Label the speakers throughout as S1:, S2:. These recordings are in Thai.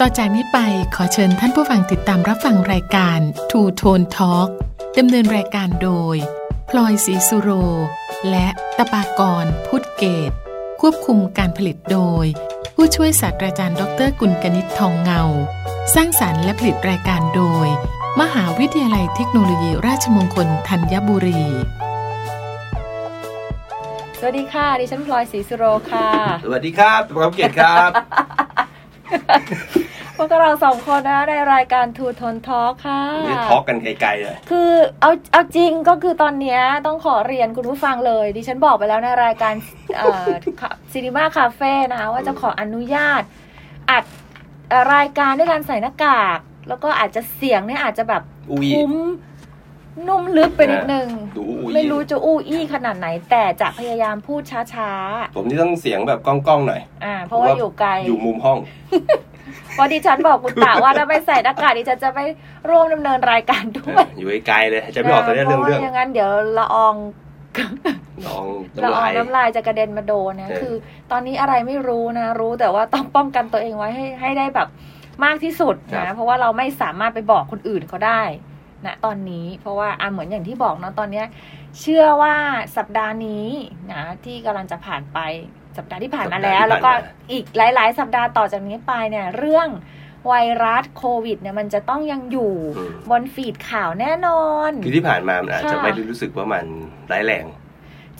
S1: ต่อจากนี้ไปขอเชิญท่านผู้ฟังติดตามรับฟังรายการ Two Tone Talk ดำเนินรายการโดย พลอยศรีสุโร และตะปากรพุทธเกต ควบคุมการผลิตโดย ผู้ช่วยศาสตราจารย์ดรกุลกนิษฐ์ทองเงา สร้างสารรค์และผลิตรายการโดย มหาวิทยาลัยเทคโนโลยีราชมงคลธัญบุรี
S2: สวัสดีค่ะ ดิฉันพลอยศรีสุโรค่ะ
S3: สวัสดีครับพร้อมเกียรติครับ
S2: พวกเราสองคนนะในรายการทูทนทอค่ะ
S3: นี่ทอล์กกันไกลๆเลย
S2: คือเอาเอาจริงก็คือตอนเนี้ยต้องขอเรียนคุณผู้ฟังเลย ดิฉันบอกไปแล้วในรายการ ซีนีมาคาเฟ่อ Cinema Cafe นะคะว่าจะขออนุญาต อัดเอ่อรายการด้วยการใส่หน้ากาก แล้วก็อาจจะเสียงเนี่ยอาจจะแบบ
S3: อุ้ย
S2: คุ้มนุ่มลึกไปนิดนึง
S3: ดูอุ้ย
S2: ไม่รู้จะอู้อี้ขนาดไหน แต่จะพยายามพูดช้า
S3: ผมนี่ต้องเสียงแบบก้องๆหน่อย
S2: ๆอ่าเพราะว่าอยู่ไกล
S3: อยู่มุมห้อง
S2: เพราะดิฉันบอกคุณตาว่าถ้าไม่ใส่หน้ากากดิฉันจะไม่ร่วมดำเนินรายการด้วย
S3: อยู่ไกลๆเลยจะไม่ออกแต่เรื่อง
S2: พาะ
S3: เรื่อง
S2: ว่าย่างนั้นเดี๋ยวละออง
S3: ลอง
S2: ละออ
S3: น้ำลาง ย
S2: น้ำลายจะกระเด็นมาโดนนะ
S3: เออ
S2: คือ ตอนนี้อะไรไม่รู้นะ รู้แต่ว่าต้องป้องกันตัวเองไว้ให้ให้ได้แบบมากที่สุดนะเพราะว่าเราไม่สามารถไปบอกคนอื่นเขาได้นะตอนนี้เพราะว่าอ่ะเหมือนอย่างที่บอกเนาะตอนเนี้ยเชื่อว่าสัปดาห์นี้นะที่กำลังจะผ่านไปสัปดาห์ที่ผ่านมาแล้ว แล้วก็อีกหลาย ๆ สัปดาห์ต่อจากนี้ไปเนี่ยเรื่องไวรัสโควิดเนี่ยมันจะต้องยังอยู่
S3: อืม
S2: บนฟีดข่าวแน่นอน
S3: คือที่ผ่านมามันอาจจะ
S2: ค่ะ
S3: ไม่ได้รู้สึกว่ามันร้ายแรง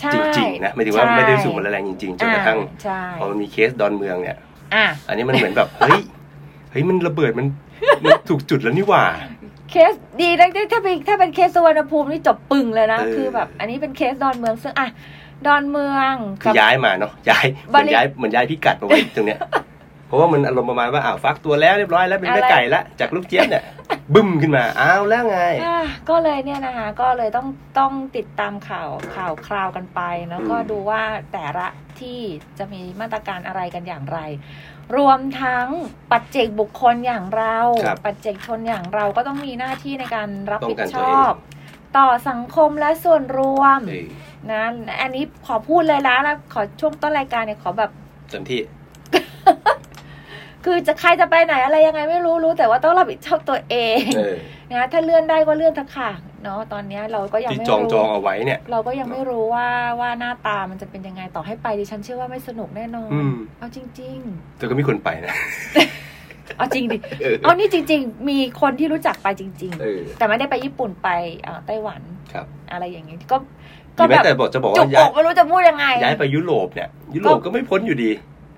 S2: ใช่
S3: จริงๆนะไม่ถึงว่า
S2: ใช่
S3: ไม่ได้รู้สึกว่าร้ายแรงจริงๆจนกระทั่ง
S2: อ่าใช่
S3: พอมันมีเคสดอนเมืองเนี่ย
S2: อ่ะ
S3: อันนี้มันเหมือนแบบ เฮ้ยเฮ้ยมันระเบิดมันมันถูกจุดแล้วนี่หว่า
S2: เคสดีนะถ้าถ้าเป็นถ้าเป็นเคสสุวรรณภูมินี่จบปึงเลยนะ
S3: เออ
S2: คือแบบ อันนี้เป็นเคสดอนเมืองซึ่งอ่ะดอนเมือง
S3: คื
S2: กั
S3: อบ ย้ายมาเนาะย้าย
S2: บ
S3: เหมือ
S2: ริ
S3: นย้ายเหมือนย้ายพิกัดมาไว้ ตรงเนี้ย เพราะว่ามันอารมณ์ประมาณว่าอ้าวฟักตัวแล้วเรียบร้อยแล้วเป็นแม่
S2: อะไร
S3: ไก่ละจากลูกเจี๊ยบ เนี่ย บึ้มขึ้นมาอ้าวแล้วไง
S2: อ่ะก็เลยเนี่ยนะคะก็เลยต้องต้องติดตามข่าวข่าวคราวกันไป แล้วก็
S3: อืม
S2: ดูว่าแต่ละที่จะมีมาตรการอะไรกันอย่างไร รวมทั้งปัจเจกบุคคลอย่างเรา ปัจเจกชนอย่างเราก็ต้องมีหน้าที่ในการรับ
S3: ต้อง
S2: ผิด
S3: กัน
S2: ช
S3: ตัวเอ
S2: อบ
S3: ง
S2: ต่อสังคมและส่วนรวม
S3: เออ
S2: นะอันนี้ขอพูดเลยนะแล้วขอช่วงต้นรายการเนี่ยขอแบบ
S3: เต็มที่
S2: คือจะใครจะไปไหนอะไรยังไงไม่รู้รู้ แต่ว่าต้องรับผิดชอบตัวเอง
S3: เออ
S2: นะ ถ้าเลื่อนได้ก็เลื่อนเถอะค่ะเนาะตอนเนี้ยเราก็ยัง
S3: ที่
S2: ไม่
S3: จอง
S2: รู้
S3: จองเอาไว้เนี่ย
S2: เราก็ยังไม่รู้ว่าว่าหน้าตามันจะเป็นยังไงต่อให้ไปดิฉันเชื่อว่าไม่สนุกแน่นอน
S3: อืม
S2: เอาจริง
S3: แต่ก็มีคนไปนะ
S2: ๆ เอาจริงดิ
S3: เออ
S2: เอานี่จริง ๆ มีคนที่รู้จักไปจริง
S3: เออ
S2: ๆ แต่ไม่ได้ไปญี่ปุ่นไปเอ่อไต้หวัน
S3: ครับ
S2: อะไรอย่างงี้ก็
S3: ห
S2: ก็
S3: รือ
S2: แบ
S3: แม้
S2: บ
S3: แต่บอกจะบอก
S2: จุ
S3: ว่าก ย้า
S2: อย กไม่รู้จะพูดยังไง
S3: ย้ายไปยุโรปเนี่ย ยุโรปก็ไม่พ้นอยู่ดี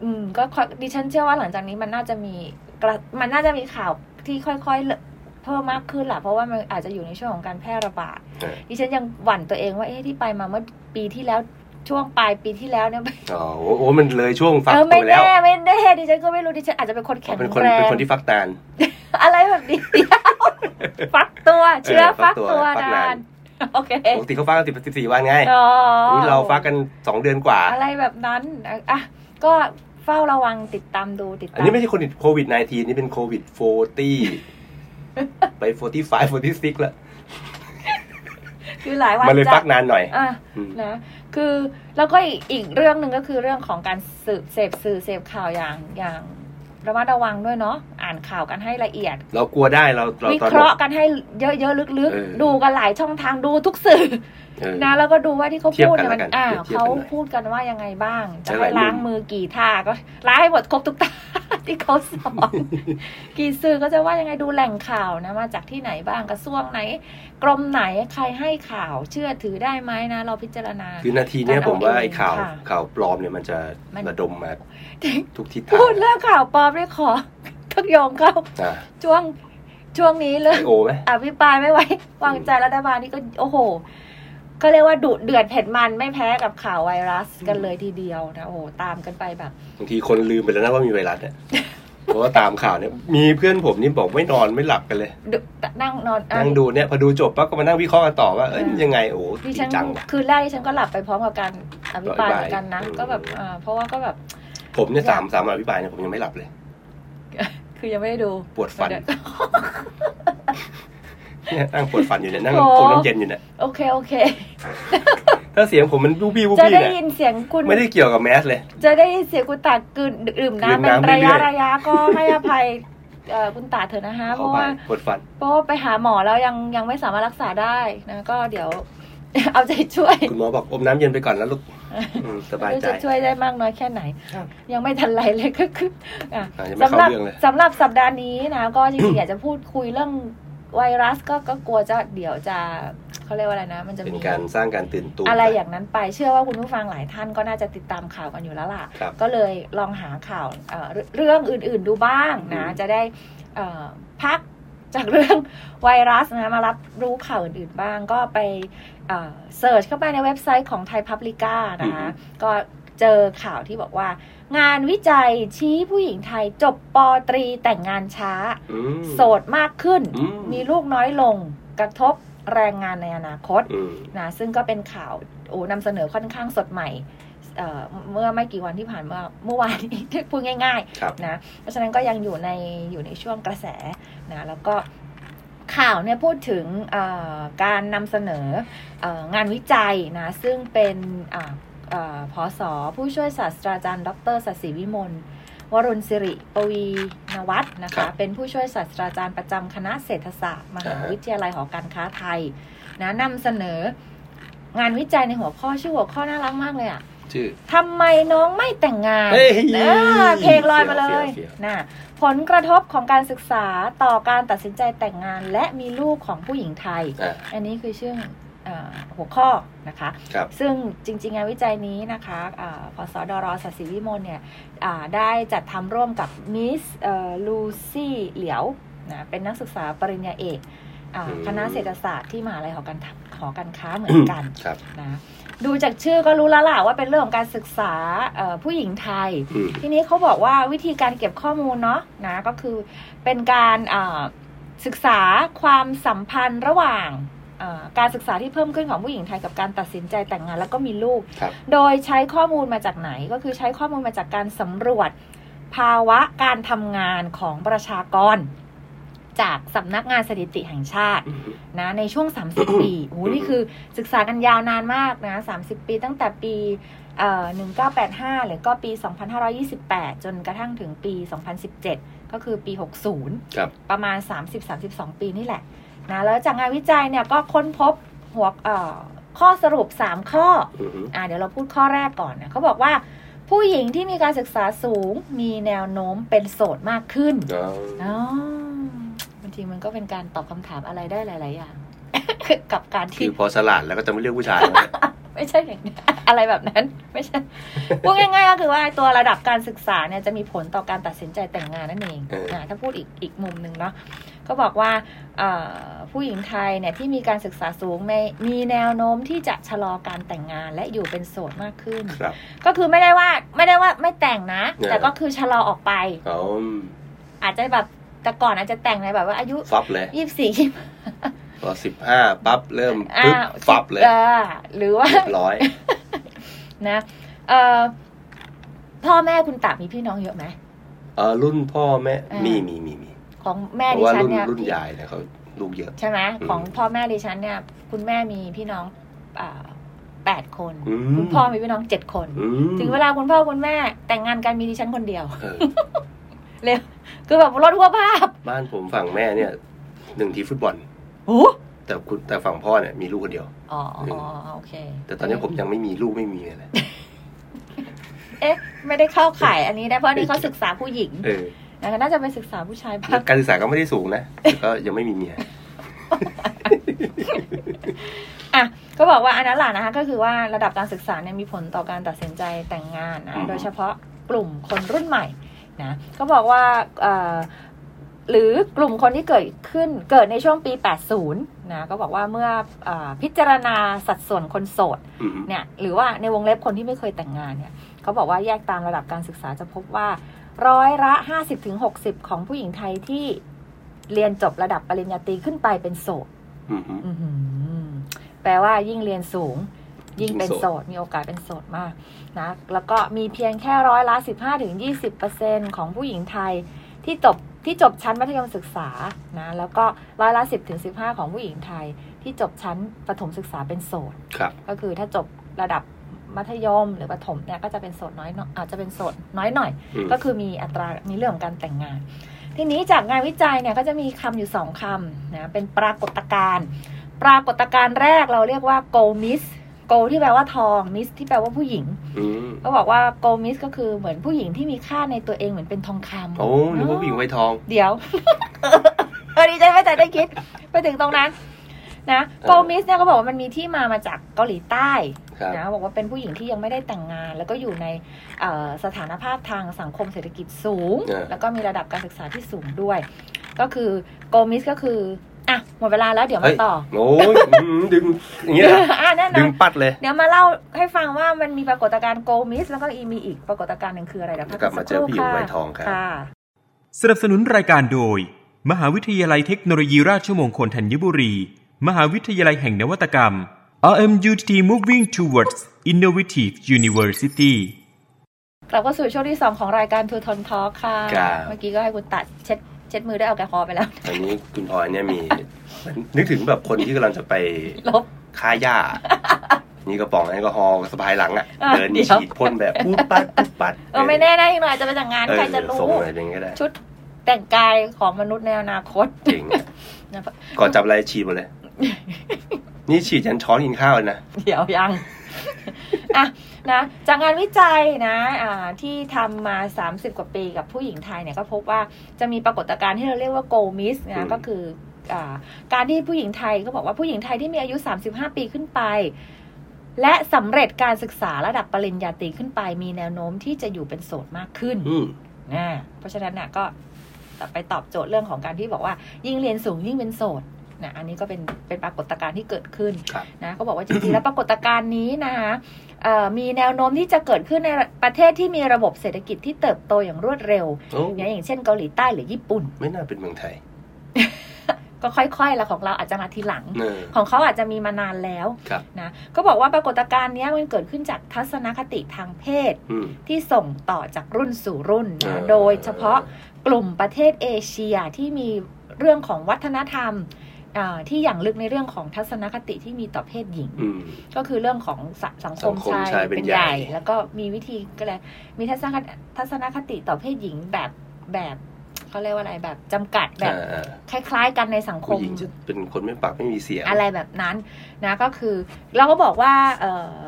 S2: อืมก็ค่อยดิฉันเชื่อว่าหลังจากนี้มันน่าจะมีกระมันน่าจะมีข่าวที่ค่อยๆเลอะเพิ่มมากขึ้นแหละเพราะว่ามันอาจจะอยู่ในช่วงของการแพร่ระบาด
S3: เออ
S2: ดิฉันยังหวั่นตัวเองว่าเอ๊ะที่ไปมาเมื่อปีที่แล้วช่วงปลายปีที่แล้วเนี่ย
S3: อ๋อโอ้โหมันเลยช่วงฟัก
S2: เออ
S3: ตั
S2: ไม่
S3: วแล้ว
S2: แน่ไม่แน่ดิฉันก็ไม่รู้ดิฉันอาจจะเป็นคนแข็ง
S3: เป็นคน
S2: แร
S3: เป็น
S2: ง
S3: คนที่ฟักตาน
S2: อะไรแบบนี้ ฟักตัวเชื้อ
S3: ฟั
S2: ฟั
S3: ก
S2: ก
S3: ตัว
S2: ตัว
S3: ฟักนาน
S2: าน นโอเค
S3: ปกติเขาฟักกันสิบสิบสี่วันไง
S2: อ๋อ
S3: นี่เราฟักกันสองเดือนกว่า
S2: อะไรแบบนั้นอ่ะอ่ะก็เฝ้าระวังติดตามดูติด
S3: อั
S2: ตาน ม
S3: นี้ไม่ใช่คนติดโควิด -19 นี่เป็นโควิด 40 ไป 45 46 แล้ว
S2: คือหลายวัน
S3: มันเลย
S2: จะ
S3: ฟักนานหน่อย
S2: อ่ะ
S3: อืม
S2: นะคือแล้วก็อีกอีกเรื่องหนึ่งก็คือเรื่องของการสืบเสพสื่อเสพข่าวอย่างอย่างระมัดระวังด้วยเนาะอ่านข่าวกันให้ละเอียด
S3: เรากลัวได้เราเรา
S2: วิ
S3: ตอน
S2: เคราะห์กันให้เยอะๆลึก
S3: เออ
S2: ๆ ดูกันหลายช่องทางดูทุกสื่อ
S3: เออ
S2: นะแล้วก็ดูว่าที่เขา
S3: เทียบ
S2: พูด
S3: กัน
S2: เนี่ยมัน
S3: แล้วกัน
S2: อ่า
S3: เทียบ
S2: เขา
S3: กันหน่อย
S2: พูดกันว่ายังไงบ้าง
S3: ใช้
S2: จะ
S3: ห
S2: ให้
S3: ลาย
S2: ล้า
S3: มุม
S2: งมือกี่ท่าก็ล้างให้หมดครบทุกท่า ที่เขาส อนกี่สื่อก็จะว่ายังไงดูแหล่งข่าวนะมาจากที่ไหนบ้างกระทรวงไหน กรมไหนใครให้ข่าวเชื่อถือได้ไหมนะ เราพิจารณา
S3: คือนาทีเนี้ย
S2: การเอา
S3: ผมว่า
S2: เอง
S3: ไอ้ข่าว
S2: ค่ะ
S3: ข่าวปลอมเนี่ยมันจะ
S2: มัน
S3: ระดมมาทุกทิศทาง
S2: พูดเรื่องข่าวปลอมด้วยขอ ทักโยงเข้า
S3: อ่ะ
S2: ช่วงช่วงนี้เลย
S3: ไอโอไหม
S2: อภิปรายไม่ไว้ วางใจรัฐบาลนี่ก็โอ้โห ก็เรียกว่าดุเดือดเผ็ดมันไม่แพ้กับข่าวไวรัสกันเลยทีเดียวนะโอ้โหตามกันไปแบบ
S3: บางทีคนลืมไปแล้วนะว่ามีไวรัสเนี่ย เพราะว่าตามข่าวเนี่ย มีเพื่อนผมนี่บอกไม่นอนไม่หลับกันเลย
S2: ดุนั่งนอนอ่ะ
S3: นั่งดูเนี่ยพอดูจบปั๊บก็มานั่งวิเคราะห์กันต่อว่า เอ้ย
S2: อืม
S3: ยังไงโอ้โหจ
S2: ดิ
S3: ริ
S2: ฉัน
S3: งจังว่ะ
S2: คืนแรกดิฉันก็หลับไปพร้อมกับการอภิปราย
S3: อ
S2: เห
S3: ภิปราย
S2: มือนกันนะ
S3: อืม
S2: ก็แบบอ่าเพราะว่าก็แบบ
S3: ผมเนี่ยสามสามอภิปรายเนี่ยผมยังไม่หลับเลย
S2: คือยังไม่ได้ดู
S3: ปวดฟัน
S2: เดี๋ยว
S3: เนี่ยนั่งปวดฟันอยู่เนี่ยนั่งโคนน้ำเย็นอยู่เนี่ย
S2: โอเคโอเค
S3: ถ้าเสียงผมมันบูบี้บู
S2: จะ
S3: บี้
S2: ได้
S3: เนี่ย
S2: ยินเสียงคุณ
S3: ไม่ได้เกี่ยวกับแมสเลย
S2: จะได้ยินเสียงกุตากกลืนดื่ม
S3: ดื่ม
S2: น้ำเป็น
S3: น้ำ
S2: ระยะ
S3: เรื่อยๆ
S2: ระยะก็ให้อภัย เอ่อคุณตาเถอะนะคะ เพ
S3: เข้า
S2: ราะ
S3: ไป
S2: ว่า
S3: ปวดฟัน
S2: เพราะว่าไปหาหมอแล้วยังยังไม่สามารถรักษาได้นะก็เดี๋ยว เอาใจช่วย
S3: คุณหมอบอกอมน้ำเย็นไปก่อนนะลูก อืมสบายใจ
S2: จะช่วยได้มากน้อยแค่ไหน
S3: ครับ
S2: ยังไม่ทันไรเลยก็คืออ่ะ
S3: อ่ะยังไม่
S2: สำหรั
S3: เข้าเรื่องเลย
S2: สำหรับสัปดาห์นี้นะ ก็จริงๆ อยากจะพูดคุยเรื่องไวรัสก็ก็กลัวจะเดี๋ยวจะเขาเรียกว่าอะไรนะ มันจะ
S3: เป็น
S2: มี
S3: การสร้างการตื่นตัว
S2: อะไรอย่างนั้นไปเชื่อว่าคุณผู้ฟังหลายท่านก็น่าจะติดตามข่าวกันอยู่แล้วล่ะ
S3: ครับ
S2: ก็เลยลองหาข่าวเอ่อเรื่องเรื่องอื่นๆดูบ้างนะ
S3: อืม
S2: จะได้เอ่อพักจากเรื่องไวรัสนะมารับรู้ข่าวอื่นๆบ้าง ก็ไปเสิร์ชเข้าไปในเว็บไซต์ของไทยพับลิก้านะคะ ก็เจอข่าวที่บอกว่า งานวิจัยชี้ผู้หญิงไทยจบปอตรีแต่งงานช้า
S3: อืม
S2: โสดมากขึ้น
S3: อืม
S2: มีลูกน้อยลงกระทบแรงงานในอนาคต
S3: อืม
S2: นะซึ่งก็เป็นข่าวโอ้นำเสนอค่อนข้างสดใหม่เอ่อเมื่อไม่กี่วันที่ผ่านมาเมื่อวานนี้ พูดง่าย
S3: ครับ
S2: ๆนะเพราะฉะนั้นก็ยังอยู่ในอยู่ในช่วงกระแสนะแล้วก็ข่าวเนี่ยพูดถึงเอ่อการนำเสนอเอองานวิจัยนะซึ่งเป็นอ่าเอ่อพอสอผู้ช่วยศาสตราจารย์ ดรศศิวิมลวรุณสิริปวีนวัฒน์นะ
S3: ครั
S2: คะ
S3: บ
S2: เป็นผู้ช่วยศาสตราจารย์ประจำคณะเศรษฐศาสตร์มหา
S3: อ่าฮะ
S2: วิทยาลัยหอการค้าไทย นะนำเสนองานวิจัยในหัวข้อชื่อหัวข้อน่ารักมากเลยอะ
S3: ชื่อ
S2: ทำไมน้องไม่แต่งงาน
S3: เฮ้ย
S2: เออเพลงลอยมาเล
S3: เฟี้ย
S2: ยว
S3: เฟี้ยวเฟี้ยว
S2: นะผลกระทบของการศึกษาต่อการตัดสินใจแต่งงานและมีลูกของผู้หญิงไทย
S3: อ่ะ
S2: อันนี้คือชื่อเออหัวข้อนะคะ
S3: ครับ
S2: ซึ่งจริง ๆ งานวิจัยนี้นะคะอาพสดรศศิวิมลเนี่ยอ่าได้จัดทำร่วมกับมิสลูซี่เหลียวนะเป็นนักศึกษาปริญญาเอกอ่า
S3: อืม
S2: คณะเศรษฐศาสตร์ที่มหาลัยหอการหอการค้าเหมือนกัน
S3: ครับ
S2: นะดูจากชื่อก็รู้แล้วล่ะว่าเป็นเรื่องของการศึกษาเอ่อผู้หญิงไทย
S3: อืม
S2: ทีนี้เขาบอกว่าวิธีการเก็บข้อมูลเนาะนะก็คือเป็นการเอ่อศึกษาความสัมพันธ์ระหว่างเอ่อการศึกษาที่เพิ่มขึ้นของผู้หญิงไทยกับการตัดสินใจแต่งงานแล้วก็มีลูก
S3: ครับ
S2: โดยใช้ข้อมูลมาจากไหนก็คือใช้ข้อมูลมาจากการสำรวจ ภาวะการทำงานของประชากร จากสำนักงานสถิติแห่งชาติ
S3: อืม
S2: นะในช่วง 30 ปีโอ้โห
S3: อืม
S2: นี่คือศึกษากันยาวนานมากนะ 30 ปีตั้งแต่ปีเอ่อ1985 หรือก็ปี 2528 จนกระทั่งถึงปี 2017 ก็คือปี 60
S3: ครับ
S2: ประมาณ 30-32 ปีนี่แหละนะแล้วจากงานวิจัยเนี่ยก็ค้นพบหัวเอ่อข้อสรุป 3 ข้อ
S3: อืม
S2: อ่าเดี๋ยวเราพูดข้อแรกก่อนนะเขาบอกว่า ผู้หญิงที่มีการศึกษาสูงมีแนวโน้มเป็นโสดมากขึ้น อ๋อบางทีมันก็เป็นการตอบคำถามอะไรได้หลาย ๆ อย่าง กับการ
S3: คื
S2: ที่
S3: อพอสลัดแล้วก็จะไม่เลือกผู้ ชายแล้วนะ
S2: ไม่ใช่อย่างนั้น อะไรแบบนั้น ไม่ใช่ พูดง่าย ๆ ก็คือว่าตัวระดับการศึกษาเนี่ยจะมีผลต่อการตัดสินใจแต่งงานนั่นเอง
S3: เอออ่
S2: ะถ้าพูดอีกอีกมุมหนึ่งเนาะก็บอกว่าเอ่อผู้หญิงไทยเนี่ยที่มีการศึกษาสูงในมีแนวโน้มที่จะชะลอการแต่งงานและอยู่เป็นโสดมากขึ้น
S3: ครับ
S2: ก็คือไม่ได้ว่าไม่ได้ว่าไม่แต่งนะ
S3: เออ
S2: แต่ก็คือชะลอออกไป
S3: เอา
S2: อาจจะแบบแต่ก่อนอาจจะแต่งในแบบว่าอายุ
S3: ฟับเลย
S2: ยี่สิบสี่ยี่
S3: พอสิบห้าปั๊บเริ่ม
S2: อ่า
S3: ปึ๊บฟับเลย
S2: อ่าหรือว่า
S3: เรียบร้อย
S2: นะเอ่อพ่อแม่คุณตามีพี่น้องเยอะไหม
S3: เออรุ่นพ่อแม่
S2: อ่ามี
S3: มีมีมีมี
S2: ของ
S3: เพ
S2: แม่ดิ
S3: ราะว่า
S2: ฉัน
S3: รุ่น
S2: เนี่ย
S3: รุ่นยายเนี่ยเขาลูกเยอะ
S2: ใช่ไหม
S3: อืม
S2: ของพ่อแม่ดิฉันเนี่ย คุณแม่มีพี่น้องอ่าแปดคน
S3: อืม
S2: คุณพ่อมีพี่น้องเจ็ดคน
S3: อืม
S2: ถึงเวลาคุณพ่อคุณแม่ แต่งงานกันมีดิฉันคนเดียว
S3: เออ
S2: เร็วคือแบบรถหัวภาพ
S3: บ้านผมฝั่งแม่เนี่ยหนึ่งทีมฟุตบอล
S2: โอ้
S3: แต่คุณแต่ฝั่งพ่อเนี่ยมีลูกคนเดียว
S2: อ๋ออ๋อโอเค
S3: แต่ตอนนี้ผมยังไม่มีลูกไม่มีอะไร
S2: เอ๊ะ ไม่ได้เข้าข่ายอันนี้นะเพราะอันนี่เขาศึกษาผู้หญิง
S3: เออ
S2: นะคะน่าจะไปศึกษาผู้ชายบ้าง
S3: แล้วการศึกษาก็ไม่ได้สูงนะแต่ก็ยังไม่มีเมีย
S2: อ่ะก็บอกว่าอันนั้นแหละนะคะก็คือว่าระดับการศึกษาเนี่ยมีผลต่อการตัดสินใจแต่งงานนะ
S3: อืม
S2: โดยเฉพาะกลุ่มคนรุ่นใหม่นะก็บอกว่าเอ่อหรือกลุ่มคนที่เกิดขึ้นเกิดในช่วงปี 80 นะก็บอกว่าเมื่อเออพิจารณาสัดส่วนคนโสด
S3: อืม
S2: เนี่ยหรือว่าในวงเล็บคนที่ไม่เคยแต่งงานเนี่ยเขาบอกว่าแยกตามระดับการศึกษาจะพบว่าร้อยละ 50-60 ของผู้หญิงไทยที่เรียนจบระดับปริญญาตรีขึ้นไปเป็นโสด
S3: อืมอืม
S2: อื้อหือแปลว่ายิ่งเรียนสูง ยิ่งเป็น
S3: ยิ่ง
S2: โส
S3: โส
S2: ด
S3: ด
S2: มีโอกาสเป็นโสดมากนะแล้วก็มีเพียงแค่ร้อยละ15ถึง20เปอร์เซ็นของผู้หญิงไทยที่จบที่จบชั้นมัธยมศึกษานะแล้วก็ร้อยละ10ถึง15 ของผู้หญิงไทย ที่จบชั้นประถมศึกษาเป็นโสด
S3: ครับ
S2: ก็คือถ้าจบระดับมัธยมหรือประถมเนี่ยก็จะเป็นโสดน้อยหน่อยอาจจะเป็นโสดน้อยหน่อย
S3: อืม
S2: ก็คือมีอัตรามีเรื่องของการแต่งงาน ทีนี้จากงานวิจัยเนี่ยก็จะมีคำอยู่สองคำนะเป็นปรากฏการณ์ปรากฏการณ์แรกเราเรียกว่า gold miss gold ที่แปลว่าทอง miss ที่แปลว่าผู้หญิง
S3: อืม
S2: ก็บอกว่า gold miss ก็คือเหมือนผู้หญิงที่มีค่าในตัวเองเหมือนเป็นทองคำ
S3: โอ้นึกว่าผู้หญิงไวทอง
S2: เดี๋ยว เออดีใจไหม่แต่ได้คิด ไปถึงตรงนั้น นะโกมิสเนี่ยก็บอกว่ามันมีที่มามาจากเกาหลีใต้
S3: ครับ
S2: นะบอกว่าเป็นผู้หญิงที่ยังไม่ได้แต่งงาน แล้วก็อยู่ในเอ่อสถานภาพทางสังคมเศรษฐกิจสูง
S3: เออ
S2: แล้วก็มีระดับการศึกษาที่สูงด้วย ก็คือโกมิสก็คืออ่ะหมดเวลาแล้วเดี๋ยวมาต่อ
S3: โอ้ยอืมดึงอย่างเงี้ยเหรอ
S2: อ่ะแน่น
S3: ดึ
S2: อง น
S3: ปัดเลย
S2: เดี๋ยวมาเล่าให้ฟังว่ามันมีปรากฏการณ์โกมิสแล้วก็อีมีอีกปรากฏการณ์หนึ่งคืออะไรเดี๋ยวพั
S3: กลับมาเจ
S2: สัค
S3: อ
S2: รู่
S3: พี่หญิง
S2: ค่ะ
S3: ไวทองครับ
S2: ค่ะ
S4: สนับสนุนรายการโดย มหาวิทยาลัยเทคโนโลยีราชมงคลธัญบุรี มหาวิทยาลัยแห่งนวัตกรรม RMUTT Moving Towards Innovative University
S2: กลับเข้าสู่ช่วงที่ 2 ของรายการทูทอนทอค่ะ
S3: ครับ
S2: เมื่อกี้ก็ให้คุณตัดเช็ดเช็ดมือด้วยแอลกอฮอล์ไปแล้ว
S3: อันนี้คุณพลอยเนี่ยมี นึกถึงแบบคนที่กำลังจะไป
S2: ลบ
S3: ค้าหญ้า นี่กระป๋องแอลกอฮอล์สะพายหลังอ่ะ
S2: อ่ะ
S3: เดิน
S2: เดี๋ยว
S3: ฉีดพ่นแบบปุ๊บปัดปุ๊บปัด
S2: เออไม่แน่นะอีกหน่อยอาจจะไปแต่งงาน
S3: เออ
S2: ใครจะรู้
S3: ส่งอะไรอย่างเงี้ยก็ได้
S2: ชุดแต่งกายของมนุษย์ในอนาคต
S3: เจ๋งอะ
S2: นะ
S3: ก่อนจับอะไรฉีดหมดเลย นี่ฉีดยันช้อนกินข้าวเลยนะ
S2: เดี๋ยวยัง อ่ะนะจากงานวิจัยนะอ่าที่ทำมา 30 กว่าปีกับผู้หญิงไทยเนี่ยก็พบว่าจะมีปรากฏการณ์ที่เราเรียกว่าโกมิส
S3: อื
S2: นะ
S3: ม
S2: ก็คืออ่าการที่ผู้หญิงไทยก็บอกว่าผู้หญิงไทยที่มีอายุ 35 ปีขึ้นไป และสำเร็จการศึกษาระดับปริญญาตรีขึ้นไป มีแนวโน้มที่จะอยู่เป็นโสดมากขึ้น
S3: อืม
S2: นะเพราะฉะนั้นนะก็ไปตอบโจทย์เรื่องของการที่บอกว่า ยิ่งเรียนสูงยิ่งเป็นโสดนะอันนี้ก็เป็นเป็นปรากฏการณ์ที่เกิดขึ้น
S3: ครับ
S2: นะเขาบอกว่าจริงๆ แล้วปรากฏการณ์นี้นะคะเอ่อมีแนวโน้มที่จะเกิดขึ้นในประเทศที่มีระบบเศรษฐกิจที่เติบโตอย่างรวดเร็ว
S3: โอ้
S2: นะอย่างเช่นเกาหลีใต้หรือญี่ปุ่น
S3: ไม่น่าเป็นเมืองไทย
S2: ก็ค่อยๆแล้วของเราอาจจะมาทีหลัง
S3: เนอ
S2: ของเขาอาจจะมีมานานแล้ว
S3: ครับ
S2: นะก็บอกว่าปรากฏการณ์เนี้ยมันเกิดขึ้นจากทัศนคติทางเพศ
S3: อืม
S2: ที่ส่งต่อจากรุ่นสู่รุ่น
S3: เออ
S2: นะโดยเฉพาะ กลุ่มประเทศเอเชียที่มีเรื่องของวัฒนธรรมอ่าที่อย่างลึกในเรื่องของทัศนคติที่มีต่อเพศหญิง
S3: อืม
S2: ก็คือเรื่องของสสังคม
S3: สังคม
S2: ชาย
S3: ชายเป็นใหญ่
S2: แล้วก็มีวิธีก็เลยมีทัศนคติทัศนคติต่อเพศหญิงแบบแบบเขาเรียกว่าอะไรแบบจำกัดแบบ
S3: อ่าอ่า
S2: คล้ายๆ กันในสังค
S3: ผู้
S2: ม
S3: หญิงจะเป็นคนไม่ปากไม่มีเสียง
S2: อะไรแบบนั้นนะก็คือเราก็บอกว่าเอ่อ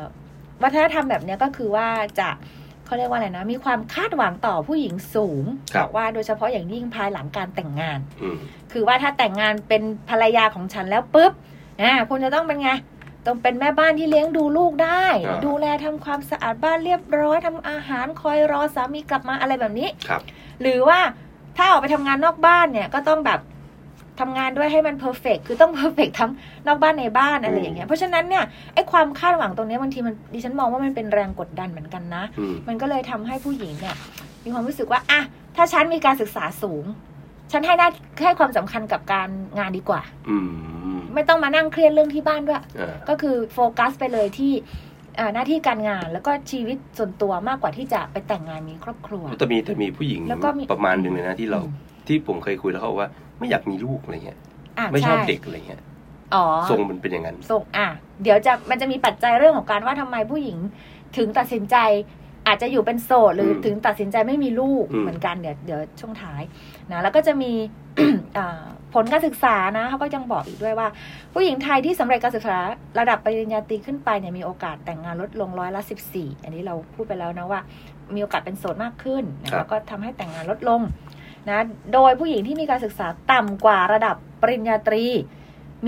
S2: วัฒนธรรมแบบเนี้ยก็คือว่าจะเขาเรียกว่าอะไรนะ มีความคาดหวังต่อผู้หญิงสูง
S3: ครับ
S2: บอกว่าโดยเฉพาะอย่างยิ่งภายหลังการแต่งงาน
S3: อืม
S2: คือว่าถ้าแต่งงานเป็นภรรยาของฉันแล้วปุ๊บอ่าคุณจะต้องเป็นไงต้องเป็นแม่บ้านที่เลี้ยงดูลูกได้
S3: อ่า
S2: ดูแลทำความสะอาดบ้านเรียบร้อยทำอาหารคอยรอสามีกลับมาอะไรแบบนี้
S3: ครับ
S2: หรือว่าถ้าออกไปทำงานนอกบ้านเนี่ยก็ต้องแบบทำงานด้วยให้มันเพอร์เฟกคือต้องเพ อร์เฟกทั้งนอกบ้านในบ้านอะไรอย่างเงี้ยเพราะฉะนั้นเนี่ยไอ้ความคาดหวังตรงเนี้ยบางทีมันดิฉันมองว่ามันเป็นแรงกดดันเหมือนกันนะ
S3: อืม
S2: มันก็เลยทำให้ผู้หญิงเนี่ยมีความรู้สึกว่าอ่ะถ้าฉันมีการศึกษาสูง ฉันให้หน้าให้ความสำคัญกับการงานดีกว่า
S3: อืม
S2: ไม่ต้องมานั่งเครียดเรื่องที่บ้านด้วย
S3: อ่า
S2: ก็คือโฟกัสไปเลยที่อ่าหน้าที่การงานแล้วก็ชีวิตส่วนตัวมากกว่าที่จะไปแต่งงานมีครอบครัว
S3: แต่มีแต่มีผู้หญิง
S2: แล้วก็มี
S3: ประมาณหนึ่งเลยนะที่เรา ที่ผมเคยคุยแล้วเขาบอกว่าไม่อยากมีลูกอะไรเงี้ย
S2: อ่ะ
S3: ไม่ชอบ
S2: ใ
S3: เด็กอะไรเงี้ย
S2: อ๋อ
S3: ทรงมันเป็นอย่างนั้น
S2: ส่งอ่ะเดี๋ยวจะมันจะมีปัจจัยเรื่องของการว่าทำไมผู้หญิงถึงตัดสินใจ อาจจะอยู่เป็นโสดหรืออ
S3: ม
S2: ถึงตัดสินใจไม่มีลูก
S3: อืม
S2: เหมือนกันเดี๋ยวเดี๋ยวช่วงท้ายนะแล้วก็จะมี อ่าผลการศึกษานะเขาก็ยังบอกอีกด้วยว่า ผู้หญิงไทยที่สำเร็จการศึกษาระดับปริญญาตรีขึ้นไปเนี่ยมีโอกาสแต่งงานลดลงร้อยละ14 อันนี้เราพูดไปแล้วนะว่า มีโอกาสเป็นโสดมากขึ้นนะแล้วก็ทำให้แต่งงานลดลงนะโดยผู้หญิงที่มีการศึกษาต่ำกว่าระดับปริญญาตรี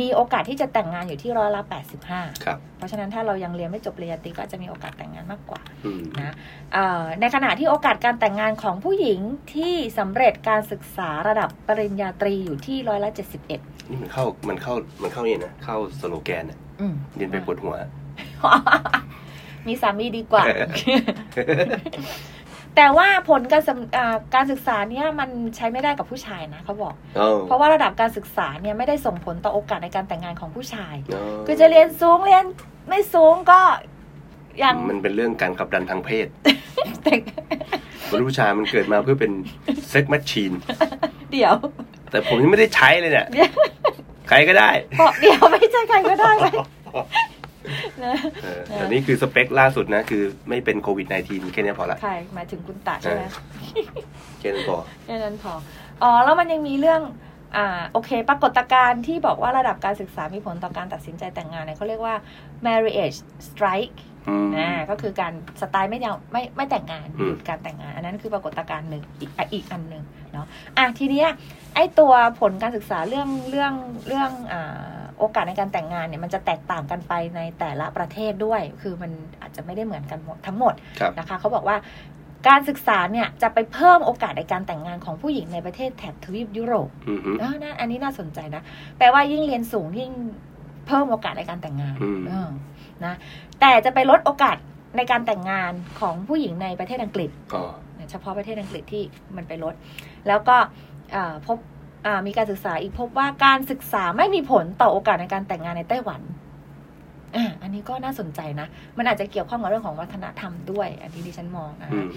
S2: มีโอกาสที่จะแต่งงานอยู่ที่ร้อยละ85
S3: ครับ
S2: เพราะฉะนั้นถ้าเรายังเรียนไม่จบปริญญาตรีก็อาจจะมีโอกาสแต่งงานมากกว่า
S3: อืม
S2: เอ่อในขณะที่โอกาสการแต่งงานของผู้หญิงที่สำเร็จการศึกษาระดับปริญญาตรีอยู่ที่ร้อยละ71
S3: นี่มันเข้ามันเข้ามันเข้าเนี่ยนะ เข้าสโลแกนอะ
S2: อืม
S3: เรียนไปปวดหัว
S2: มีสามีดีกว่า แต่ว่าผลการสำอ่าการศึกษาเนี่ยมันใช้ไม่ได้กับผู้ชายนะเขาบอก
S3: เอ้า
S2: เพราะว่าระดับการศึกษาเนี่ยไม่ได้ส่งผลต่อโอกาสในการแต่งงานของผู้ชาย
S3: เอ้า
S2: คือจะเรียนสูงเรียนไม่สูงก็ยัง
S3: มันเป็นเรื่องการขับดันทางเพศ
S2: แต่ง
S3: มนุษย์ผู้ชายมันเกิดมาเพื่อเป็นเซ็กแมชชีน
S2: เดี๋ยว
S3: แต่ผมยังไม่ได้ใช้เลย เนี่ย
S2: เนี่ย
S3: ใครก็ ได้
S2: เพราะเดี๋ยวไม่ใช่ใครก็ ได้ไหมนะ
S3: เออ
S2: เออ
S3: แต่นี่คือสเปคล่าสุดนะ คือไม่เป็นโควิด -19 แค่เนี้พอละ
S2: ใครหมายถึงคุณตาใช่ไหม
S3: เออ แค่นั้นพอ
S2: แค่นั้นพอ อ๋อแล้วมันยังมีเรื่องอ่าโอเค ปรากฏการณ์ที่บอกว่าระดับการศึกษามีผลต่อการตัดสินใจแต่งงานเนี่ยเขาเรียกว่า marriage strike
S3: อืม
S2: อ่าก็คือการสไตล์ไม่ยาวไม่ไม่แต่งงาน
S3: อืม
S2: หยุดการแต่งงาน อันนั้นคือปรากฏการณ์หนึ่งอีกอ่ะอีกอันหนึ่งเนาะอ่ะทีเนี้ยไอตัวผลการศึกษาเรื่องเรื่องเรื่องอ่าโอกาสในการแต่งงานเนี่ยมันจะแตกต่างกันไปในแต่ละประเทศด้วย คือมันอาจจะไม่ได้เหมือนกันหมดทั้งหมด
S3: ครับ
S2: นะคะเขาบอกว่าการศึกษาเนี่ยจะไปเพิ่มโอกาสในการแต่งงานของผู้หญิงในประเทศแถบทวีปยุโรป
S3: อืมฮึ
S2: เออนะอันนี้น่าสนใจนะแปลว่ายิ่งเรียนสูงยิ่งเพิ่มโอกาสในการแต่งงาน
S3: อืม
S2: เออนะแต่จะไปลดโอกาสในการแต่งงานของผู้หญิงในประเทศอังกฤษ
S3: อ๋อ
S2: เฉพาะประเทศอังกฤษที่มันไปลด แล้วก็เอ่อพบอ่ามีการศึกษาอีกพบว่าการศึกษาไม่มีผลต่อโอกาสในการแต่งงานในไต้หวันอ่ะอันนี้ก็น่าสนใจนะ มันอาจจะเกี่ยวข้องกับเรื่องของวัฒนธรรมด้วย อันที่ดิฉันมองนะ
S3: อืม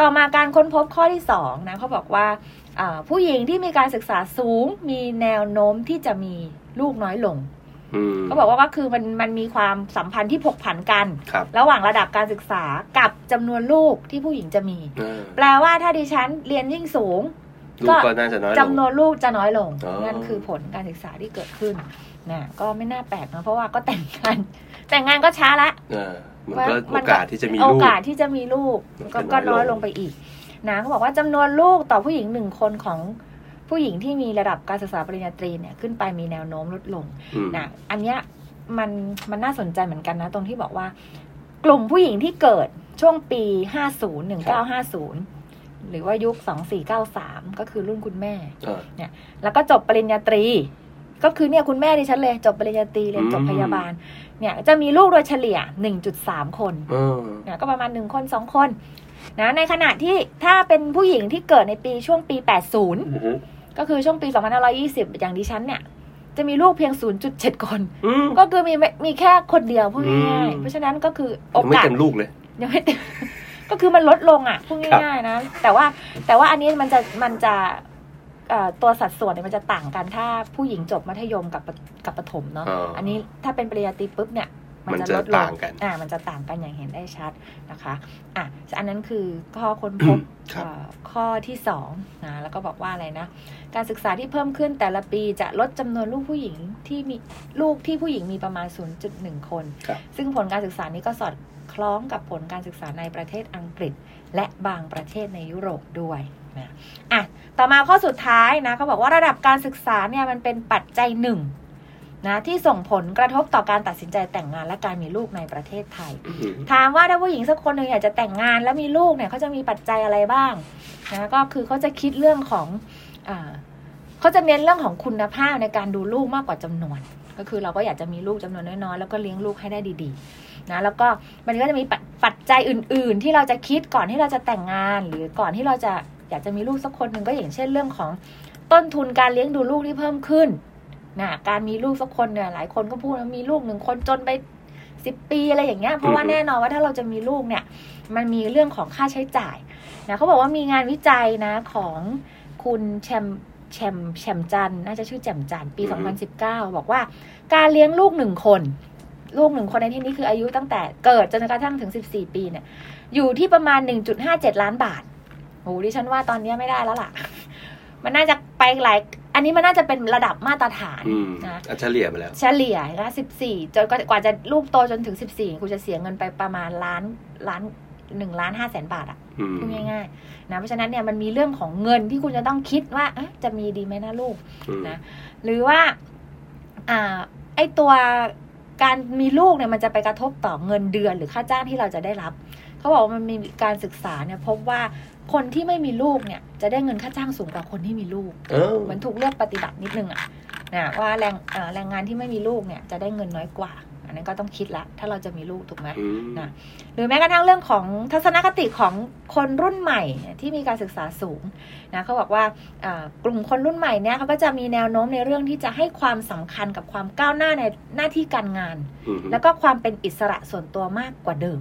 S2: ต่อมาการค้นพบข้อที่ 2 นะเขาบอกว่าอ่า ผู้หญิงที่มีการศึกษาสูงมีแนวโน้มที่จะมีลูกน้อยลง
S3: อืม
S2: ก็บอกว่าก็คือมันมันมีความสัมพันธ์ที่ผกผันกัน
S3: ครับ
S2: ระหว่างระดับการศึกษากับจำนวนลูกที่ผู้หญิงจะมี
S3: เออ
S2: แปลว่าถ้าดิฉันเรียนยิ่งสูง
S3: ลูกก็น่าจะน้อยลง
S2: จำนวนลูกจะน้อยลง
S3: อ๋อ
S2: นั่นคือผลการศึกษาที่เกิดขึ้นนะก็ไม่น่าแปลกนะเพราะว่าก็แต่งงาน แต่งงานก็ช้าละ
S3: เออมันก็
S2: มั
S3: โอน
S2: ก็
S3: กาสที่จะมี
S2: โอ
S3: ลูก
S2: กาสที่จะมีลูก
S3: มันก็
S2: ก็ก็
S3: น้
S2: น้อ
S3: อย ย
S2: ล
S3: ล
S2: ง
S3: ง
S2: ไปอีกนะเขาบอกว่าจำนวนลูกต่อผู้หญิงหนึ่งคนของผู้หญิงที่มีระดับการศึกษาปริญญาตรีเนี่ยขึ้นไปมีแนวโน้มลดลง
S3: อืม
S2: นะอันเนี้ยมันมันน่าสนใจเหมือนกันนะ ตรงที่บอกว่า กลุ่มผู้หญิงที่เกิดช่วงปี 50 1950 หรือว่ายุค 2493 ก็คือรุ่นคุณแม่
S3: เออ
S2: แล้วก็จบปริญญาตรี ก็คือเนี่ยคุณแม่ดิฉันเลยจบปริญญาตรีเรียนจบ
S3: อืม
S2: พยาบาล เนี่ยจะมีลูกโดยเฉลี่ย 1.3 คน
S3: เออ
S2: นะก็ประมาณ 1 คน 2 คนนะในขณะที่ถ้าเป็นผู้หญิงที่เกิดในปีช่วงปี 80
S3: อือฮึ
S2: ก็คือช่วงปี 2520 อย่างดิฉันเนี่ย จะมีลูกเพียง 0.7 คน
S3: อืม
S2: ก็คือมีไม่มีแค่คนเดียวพูดง่าย
S3: อื
S2: ๆ
S3: ม
S2: เพราะฉะนั้นก็คือโอ
S3: ยังไม่
S2: กาส
S3: เต็มลูกเลย
S2: ยังไม่เต็ ม ก็คือมันลดลงอ่ะพูด
S3: ครับ
S2: ง่ายๆนะ แต่ว่าแต่ว่าอันนี้มันจะมันจะเอ่อตัวสัดส่วนเนี่ยมันจะต่างกันถ้าผู้หญิงจบมัธยมกับปกับประถมเนาะ
S3: เอออ
S2: อันนี้ถ้าเป็นปริญญาตรีปุ๊บเนี่ย
S3: มันจะต่างกัน
S2: อ่า มันจะต่างกันอย่างเห็นได้ชัดนะคะอ่ะอันนั้นคือข้อค้นพบ
S3: ครับ
S2: เอ่อข้อที่2นะแล้วก็บอกว่าอะไรนะ การศึกษาที่เพิ่มขึ้นแต่ละปีจะลดจำนวนลูกผู้หญิงที่มีลูกที่ผู้หญิงมีประมาณ 0.1 คน
S3: ครับ
S2: ซึ่งผลการศึกษานี้ก็สอดคล้องกับผลการศึกษาในประเทศอังกฤษ และบางประเทศในยุโรปด้วยนะอ่ะต่อมาข้อสุดท้ายนะเขาบอกว่าระดับการศึกษาเนี่ยมันเป็นปัจจัยหนึ่งนะที่ส่งผลกระทบต่อการตัดสินใจแต่งงานและการมีลูกในประเทศไทย
S3: อืม
S2: ถามว่าถ้าผู้หญิงสักคนหนึ่งอยากจะแต่งงานแล้วมีลูกเนี่ยเขาจะมีปัจจัยอะไรบ้างนะก็คือเขาจะคิดเรื่องของอาเขาจะเน้นเรื่องของคุณภาพในการดูลูกมากกว่าจำนวน ก็คือเราก็อยากจะมีลูกจำนวนน้อยๆแล้วก็เลี้ยงลูกให้ได้ดีๆนะแล้วก็มันก็จะมีปัจปัจจัยอื่น ๆ ที่เราจะคิดก่อนที่เราจะแต่งงาน หรือก่อนที่เราจะอยากจะมีลูกสักคนหนึ่งก็อย่างเช่นเรื่องของต้นทุนการเลี้ยงดูลูกที่เพิ่มขึ้นนะการมีลูกสักคนเนี่ยหลายคนก็พูดว่ามีลูกหนึ่งคนจนไปสิบปีอะไรอย่างเงี้ยเพราะว่าแน่นอนว่าถ้าเราจะมีลูกเนี่ย มันมีเรื่องของค่าใช้จ่ายนะเขาบอกว่ามีงานวิจัยนะของคุณแชมแชมแชมจันทร์น่าจะชื่อแชมจันทร์ปี 2019 บอกว่า การเลี้ยงลูกหนึ่งคน ลูกหนึ่งคนในที่นี้คืออายุตั้งแต่เกิดจนกระทั่งถึง 14 ปีเนี่ย อยู่ที่ประมาณ 1.57 ล้านบาทโอ้ดิฉันว่าตอนนี้ไม่ได้แล้วล่ะ มันน่าจะไปหลายอันนี้มันน่าจะเป็นระดับมาตรฐาน
S3: อืม
S2: นะ
S3: อัจฉริยะไปแล้ว
S2: เฉลี่ยนะสิบสี่จนกว่ากว่าจะลูกโตจนถึงสิบสี่คุณจะเสียเงินไปประมาณล้านล้านหนึ่งล้านห้าแสนบาทอะ
S3: อืม
S2: พูดง่ายๆนะเพราะฉะนั้นเนี่ยมันมีเรื่องของเงินที่คุณจะต้องคิดว่าเอ๊ะจะมีดีไหมนะลูก
S3: อืม
S2: นะ หรือว่าอ่าไอตัวการมีลูกเนี่ยมันจะไปกระทบต่อเงินเดือนหรือค่าจ้างที่เราจะได้รับ เขาบอกว่ามันมีการศึกษาเนี่ยพบว่าคนที่ไม่มีลูกเนี่ยจะได้เงินค่าจ้างสูงกว่าคนที่มีลูก
S3: เออ
S2: เหมือนถูกเลือกปฏิบัตินิดนึงอะนะว่าแรงเอ่อแรงงานที่ไม่มีลูกเนี่ยจะได้เงินน้อยกว่า อันนั้นก็ต้องคิดละ ถ้าเราจะมีลูกถูกไหม
S3: อืม
S2: นะ หรือแม้กระทั่งเรื่องของทัศนคติของคนรุ่นใหม่ที่มีการศึกษาสูงนะเขาบอกว่าเอ่อกลุ่มคนรุ่นใหม่เนี่ยเขาก็จะมีแนวโน้มในเรื่องที่จะให้ความสำคัญกับความก้าวหน้าในหน้าที่การงาน
S3: อืมฮึ
S2: แล้วก็ความเป็นอิสระส่วนตัวมากกว่าเดิม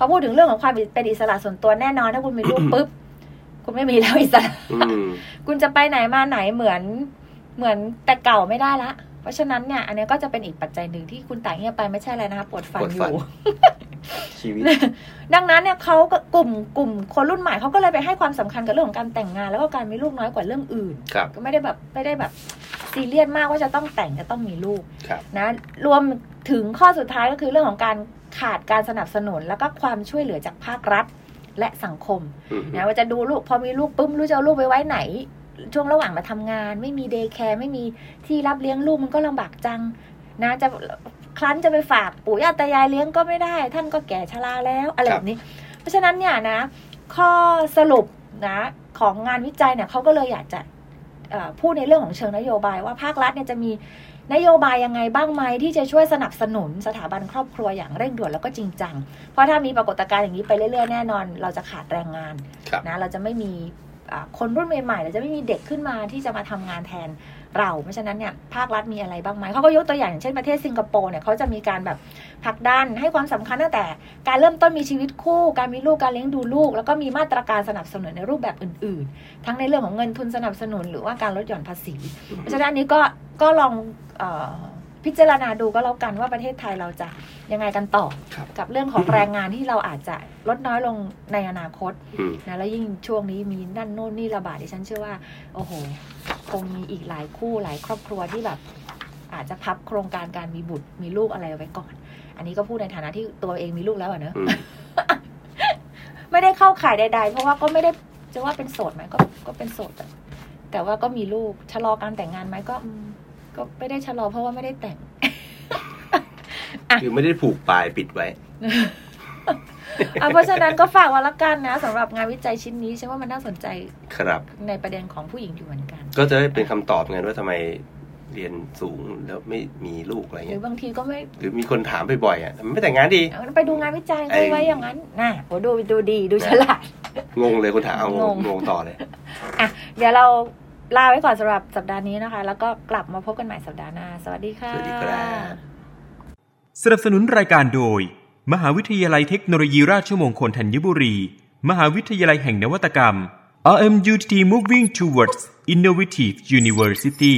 S2: พอพูดถึงเรื่องของความเป็นอิสระส่วนตัวแน่นอนถ้าคุณมีลูกปุ๊บ คุณไม่มีแล้วอิสระ
S3: อืม
S2: คุณจะไปไหนมาไหนเหมือนเหมือนแต่เก่าไม่ได้ละ เพราะฉะนั้นเนี่ย อันเนี้ยก็จะเป็นอีกปัจจัยหนึ่งที่คุณต่างเงียบไปไม่ใช่อะไรนะคะปวดฟัน
S3: ปวด
S2: อ
S3: ฟัน
S2: ยู่
S3: ชีวิต
S2: ดังนั้นเนี่ยเขาก็กลุ่มกลุ่มคนรุ่นใหม่เขาก็เลยไปให้ความสำคัญกับเรื่องของการแต่งงาน แล้วก็การมีลูกน้อยกว่าเรื่องอื่น
S3: ครับ
S2: ก็ไม่ได้แบบไม่ได้แบบซีเรียสมากว่าจะต้องแต่งจะต้องมีลูก
S3: ครับ
S2: นะรวมถึงข้อสุดท้ายก็คือเรื่องของการขาดการสนับสนุน แล้วก็ความช่วยเหลือจากภาครัฐและสังคม
S3: อืม
S2: นะว่าจะดูลูกพอมีลูกปุ๊บไม่รู้จะเอาลูกไปไว้ไหน ช่วงระหว่างมาทำงาน ไม่มีเดย์แคร์ไม่มีที่รับเลี้ยงลูกมันก็ลำบากจังนะจะครั้นจะไปฝากปู่ย่าตายายเลี้ยงก็ไม่ได้ ท่านก็แก่ชราแล้วอะไรแบบนี้ เพราะฉะนั้นเนี่ยนะ ข้อสรุปนะของงานวิจัยเนี่ยเขาก็เลยอยากจะเอ่อพูดในเรื่องของเชิงนโยบายว่าภาครัฐเนี่ยจะมีนโยบายยังไงบ้างไหมที่จะช่วยสนับสนุนสถาบันครอบครัวอย่างเร่งด่วนแล้วก็จริงจัง เพราะถ้ามีปรากฏการณ์อย่างนี้ไปเรื่อยๆแน่นอน เราจะขาดแรงงาน
S3: ครับ
S2: นะเราจะไม่มีอ่าคนรุ่นใหม่ๆเราจะไม่มีเด็กขึ้นมาที่จะมาทำงานแทนเราเพราะฉะนั้นเนี่ยภาครัฐมีอะไรบ้างไหมเขาก็ยกตัวอย่างอย่างเช่นประเทศสิงคโปร์เนี่ยเขาจะมีการแบบผลักดันให้ความสำคัญตั้งแต่ การเริ่มต้นมีชีวิตคู่ การมีลูก การเลี้ยงดูลูก แล้วก็มีมาตรการสนับสนุนในรูปแบบอื่น ๆ ทั้งในเรื่องของเงินทุนสนับสนุนหรือว่าการลดหย่อนภาษี เพราะฉะนั้นอันนี้ก็ก็ลองเออพิจารณาดูก็แล้วกันว่าประเทศไทยเราจะยังไงกันต่อ
S3: ครับ
S2: กับเรื่องของแรงงานที่เราอาจจะลดน้อยลงในอนาคต
S3: อืม
S2: นะแล้วยิ่งช่วงนี้มีนั่นโน่นนี่ระบาดดิฉันเชื่อว่า โอ้โหคงมีอีกหลายคู่หลายครอบครัวที่แบบ อาจจะพับโครงการการมีบุตรมีลูกอะไรไว้ก่อน อันนี้ก็พูดในฐานะที่ตัวเองมีลูกแล้วอะเนอะ
S3: อืม
S2: ไม่ได้เข้าข่ายใด ๆ เพราะว่าก็ไม่ได้จะว่าเป็นโสดไหมก็ก็เป็นโสดอะแต่ว่าก็มีลูกชะลอการแต่งงานไหมก็อืมก็ไม่ได้ชะลอเพราะว่าไม่ได้แต่ง
S3: คือไม่ได้ผูกปลายปิดไว้
S2: อ่ะเพราะฉะนั้นก็ฝากไว้ละกันนะสำหรับงานวิจัยชิ้นนี้ฉันว่ามันน่าสนใจ
S3: ครับ
S2: ในประเด็นของผู้หญิงอยู่เหมือนกัน
S3: ก็จะได้เป็นคำตอบไงว่าทำไมเรียนสูงแล้วไม่มีลูกอะไร
S2: หรื
S3: เงี้
S2: อย บางทีก็ไม่
S3: หรือมีคนถามบ่อยๆอ่ะทำไมไม่แต่งงานดี
S2: เอาไปดูงานวิจัย
S3: ไอ้
S2: ไว้ไว้อย่างนั้นน่ะโหดูดูดีดูฉลาด
S3: งงเลยคนถามเอางง
S2: งง
S3: งงต่อเลย
S2: เดี๋ยวเราลาไว้ก่อนสำหรับสัปดาห์นี้นะคะ แล้วก็กลับมาพบกันใหม่สัปดาห์หน้า สวัสดีค่ะ
S3: สวัสดีครับ
S4: สนับสนุนรายการโดย มหาวิทยาลัยเทคโนโลยีราชมงคลธัญบุรี มหาวิทยาลัยแห่งนวัตกรรม RMUTT Moving Towards Innovative University